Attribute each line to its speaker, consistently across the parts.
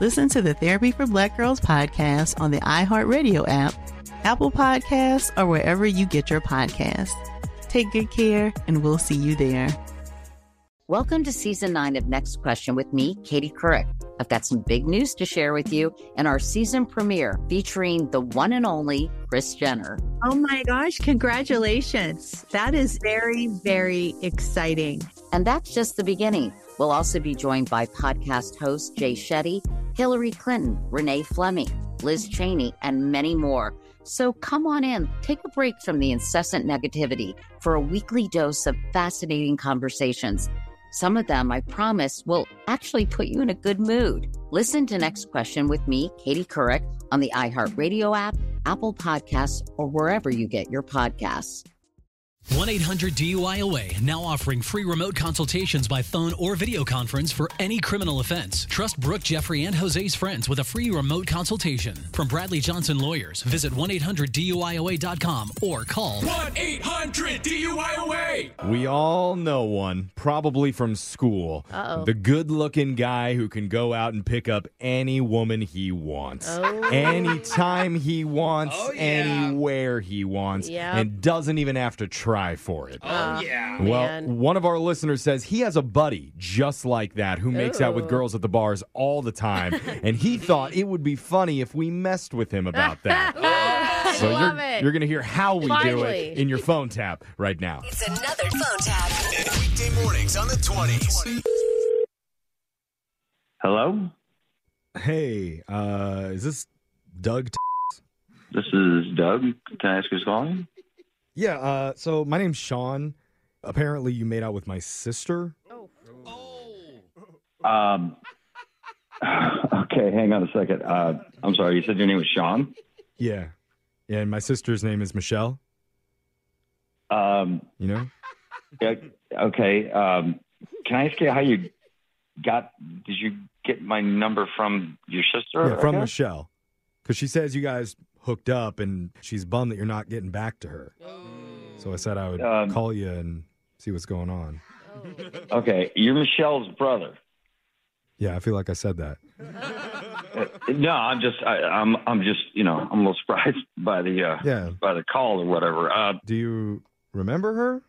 Speaker 1: Listen to the Therapy for Black Girls podcast on the iHeartRadio app, Apple Podcasts, or wherever you get your podcasts. Take good care, and we'll see you there.
Speaker 2: Welcome to season nine of Next Question with me, Katie Couric. I've got some big news to share with you in our season premiere featuring the one and only Chris Jenner.
Speaker 3: Oh my gosh, congratulations. That is very, very exciting.
Speaker 2: And that's just the beginning. We'll also be joined by podcast host Jay Shetty, Hillary Clinton, Renee Fleming, Liz Cheney, and many more. So come on in, take a break from the incessant negativity for a weekly dose of fascinating conversations. Some of them, I promise, will actually put you in a good mood. Listen to Next Question with me, Katie Couric, on the iHeartRadio app, Apple Podcasts, or wherever you get your podcasts.
Speaker 4: 1 800 DUIOA now offering free remote consultations by phone or video conference for any criminal offense. Trust Brooke, Jeffrey, and Jose's friends with a free remote consultation. From Bradley Johnson Lawyers, visit 1 800 DUIOA.com or call
Speaker 5: 1 800 DUIOA.
Speaker 6: Oh.
Speaker 7: We all know one, probably from school.
Speaker 6: Uh-oh.
Speaker 7: The good looking guy who can go out and pick up any woman he wants.
Speaker 6: Oh.
Speaker 7: Anytime he wants,
Speaker 6: Oh, yeah.
Speaker 7: anywhere he wants,
Speaker 6: Yep.
Speaker 7: and doesn't even have to try for it. Uh,
Speaker 6: Oh,
Speaker 5: yeah.
Speaker 7: Well,
Speaker 6: man.
Speaker 7: one of our listeners says he has a buddy just like that who makes out with
Speaker 6: Ooh.
Speaker 7: girls at the bars all the time, and he thought it would be funny if we messed with him about that. so
Speaker 6: love
Speaker 7: you're,
Speaker 6: it.
Speaker 7: you're going to hear how we do it
Speaker 6: Finally.
Speaker 7: in your phone tap right now.
Speaker 8: It's another phone tap.
Speaker 5: Weekday mornings on the 20s.
Speaker 9: Hello,
Speaker 7: Hey, uh, is this Doug? T-
Speaker 9: this is Doug. Can I ask who's calling?
Speaker 7: yeah. Uh, so my name's Sean. Apparently, you made out with my sister.
Speaker 9: Um, okay, hang on a second. Uh, I'm sorry, you said your name was Sean.
Speaker 7: Yeah. Yeah, and my sister's name is Michelle.
Speaker 9: Um,
Speaker 7: You know.
Speaker 9: yeah, okay, um, can I ask you how you got? Did you get my number from your sister?
Speaker 7: Yeah,
Speaker 9: I
Speaker 7: from
Speaker 9: guess?
Speaker 7: Michelle, because she says you guys hooked up, and she's bummed that you're not getting back to her. So I said I would
Speaker 9: Um,
Speaker 7: call you and see what's going on.
Speaker 9: Okay, you're Michelle's brother.
Speaker 7: Yeah, I feel like I said that.
Speaker 9: Uh, No, I'm just, I, I'm, I'm just, you know, I'm a little surprised by the, uh,
Speaker 7: Yeah.
Speaker 9: by the call or whatever. Uh,
Speaker 7: Do you remember her?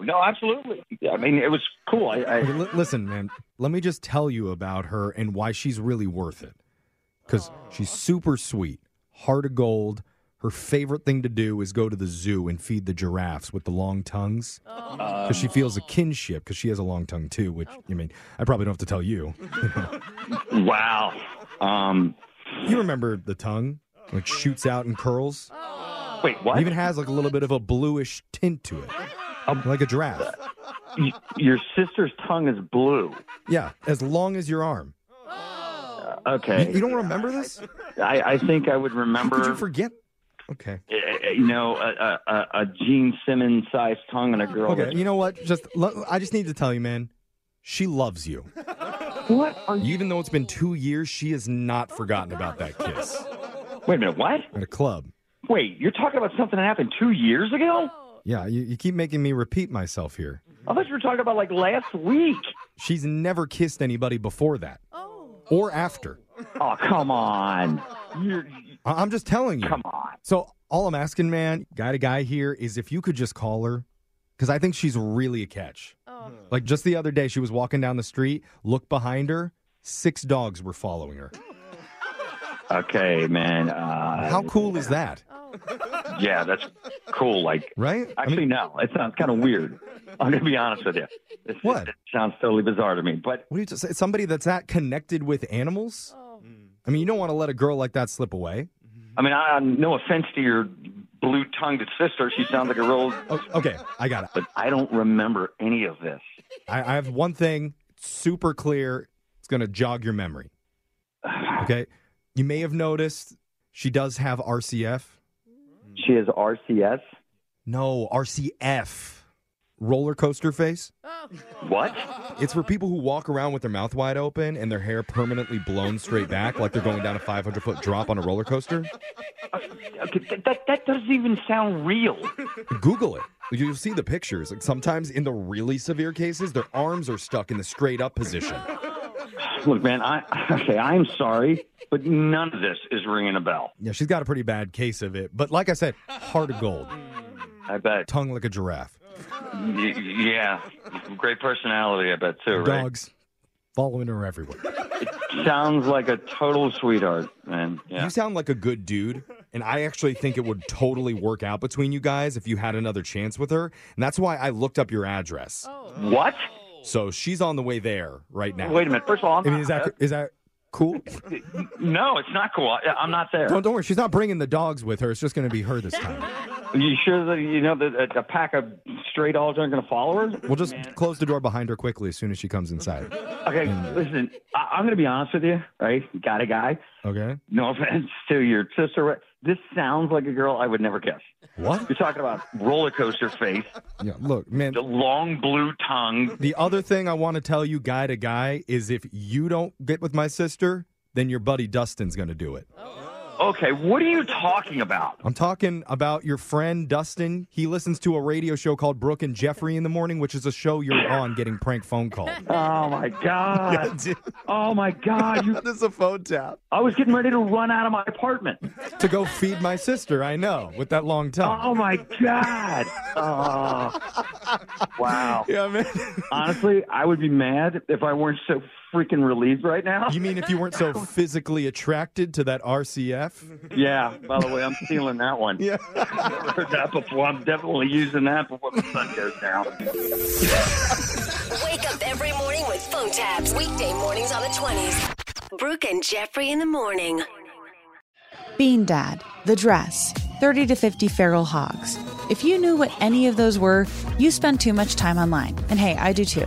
Speaker 9: no, absolutely. Yeah, I mean, it was cool. I, I
Speaker 7: Okay, li- listen, man, let me just tell you about her and why she's really worth it. Because she's super sweet, heart of gold. Her favorite thing to do is go to the zoo and feed the giraffes with the long tongues.
Speaker 9: uh,
Speaker 7: Because she feels a kinship, because she has a long tongue too, which, I mean, I probably don't have to tell you.
Speaker 9: wow. Um,
Speaker 7: You remember the tongue? Like shoots out and curls.
Speaker 9: wait, what?
Speaker 7: It even has like a little bit of a bluish tint to it. Like a giraffe.
Speaker 9: Y- your sister's tongue is blue.
Speaker 7: Yeah, as long as your arm. You,
Speaker 9: Okay.
Speaker 7: you don't remember this?
Speaker 9: I, I think I would
Speaker 7: How
Speaker 9: remember,
Speaker 7: could you forget? Okay.
Speaker 9: uh, uh, you know, a, a, a- a Gene Simmons sized tongue and a girl.
Speaker 7: Okay,
Speaker 9: that's-
Speaker 7: you know what? Just lo- I just need to tell you, man. She loves you.
Speaker 9: what? Are you,
Speaker 7: Even though it's been two years, she has not forgotten about that kiss
Speaker 9: wait a minute. What?
Speaker 7: at a club.
Speaker 9: Wait, you're talking about something that happened two years ago?
Speaker 7: Yeah, you, you keep making me repeat myself here.
Speaker 9: I thought you were talking about like last week.
Speaker 7: She's never kissed anybody before that or after.
Speaker 9: Oh, come on. You're,
Speaker 7: I- I'm just telling you.
Speaker 9: come on.
Speaker 7: So all I'm asking, man, guy to guy here, is if you could just call her, because I think she's really a catch. Like just the other day, she was walking down the street, looked behind her, six dogs were following her.
Speaker 9: Okay, man. Uh,
Speaker 7: How cool is that?
Speaker 9: yeah, that's cool. Like,
Speaker 7: right? I
Speaker 9: actually,
Speaker 7: mean,
Speaker 9: no, it sounds kind of weird. I'm going to be honest with you. It's,
Speaker 7: What?
Speaker 9: It sounds totally bizarre to me. But
Speaker 7: what do you just say? Somebody that's that connected with animals? I mean, you don't want to let a girl like that slip away.
Speaker 9: I mean, I, no offense to your blue tongued sister. She sounds like a real,
Speaker 7: Oh, okay, I got it.
Speaker 9: but I don't remember any of this.
Speaker 7: I, I have one thing super clear. It's going to jog your memory. Okay. You may have noticed she does have RCF.
Speaker 9: She has RCS.
Speaker 7: No, RCF. Roller coaster face.
Speaker 9: What?
Speaker 7: It's for people who walk around with their mouth wide open and their hair permanently blown straight back like they're going down a 500 foot drop on a roller coaster.
Speaker 9: Okay, that, that, that doesn't even sound real.
Speaker 7: Google it. You'll see the pictures. Like sometimes in the really severe cases, their arms are stuck in the straight up position.
Speaker 9: Look, man, I, okay, I'm sorry, but none of this is ringing a bell.
Speaker 7: Yeah, she's got a pretty bad case of it. But like I said, heart of gold,
Speaker 9: I bet.
Speaker 7: tongue like a giraffe.
Speaker 9: Y- yeah. Great personality, I bet, too, right?
Speaker 7: Dogs following her everywhere.
Speaker 9: Sounds like a total sweetheart, man. Yeah.
Speaker 7: You sound like a good dude, and I actually think it would totally work out between you guys if you had another chance with her. And that's why I looked up your address.
Speaker 9: What?
Speaker 7: So she's on the way there right now.
Speaker 9: Wait a minute. First of all, I'm
Speaker 7: I mean,
Speaker 9: not
Speaker 7: is that
Speaker 9: there.
Speaker 7: is that cool?
Speaker 9: no, it's not cool. I, I'm not there.
Speaker 7: Don't don't worry, she's not bringing the dogs with her. It's just going to be her this time.
Speaker 9: You sure that you know that a, a pack of stray dogs aren't going to follow her?
Speaker 7: We'll just close the door behind her quickly as soon as she comes inside.
Speaker 9: Okay, listen. I, I'm going to be honest with you, right? Got a guy.
Speaker 7: Okay.
Speaker 9: No offense to your sister. right? This sounds like a girl I would never kiss.
Speaker 7: What?
Speaker 9: You're talking about roller coaster face,
Speaker 7: Yeah. Look, man.
Speaker 9: the long blue tongue.
Speaker 7: The other thing I want to tell you, guy to guy, is if you don't get with my sister, then your buddy Dustin's going to do it.
Speaker 9: Okay, what are you talking about?
Speaker 7: I'm talking about your friend Dustin. He listens to a radio show called Brooke and Jeffrey in the Morning, which is a show you're on getting prank phone calls.
Speaker 9: Oh my god! Oh my god! You,
Speaker 7: is a phone tap.
Speaker 9: I was getting ready to run out of my apartment.
Speaker 7: To go feed my sister, I know, with that long tongue.
Speaker 9: Oh my god! Oh, wow.
Speaker 7: Yeah, man.
Speaker 9: Honestly, I would be mad if I weren't so freaking relieved right now.
Speaker 7: You mean if you weren't so physically attracted to that RCF?
Speaker 9: Yeah. By the way, I'm stealing that one.
Speaker 7: Yeah.
Speaker 9: I've heard that before. I'm definitely using that before the sun goes down.
Speaker 8: Wake up every morning with phone tabs. Weekday mornings on the 20s. Brooke and Jeffrey in the morning.
Speaker 10: Bean Dad, The Dress, 30 to 50 Feral Hogs. If you knew what any of those were, you spend too much time online. And hey, I do too.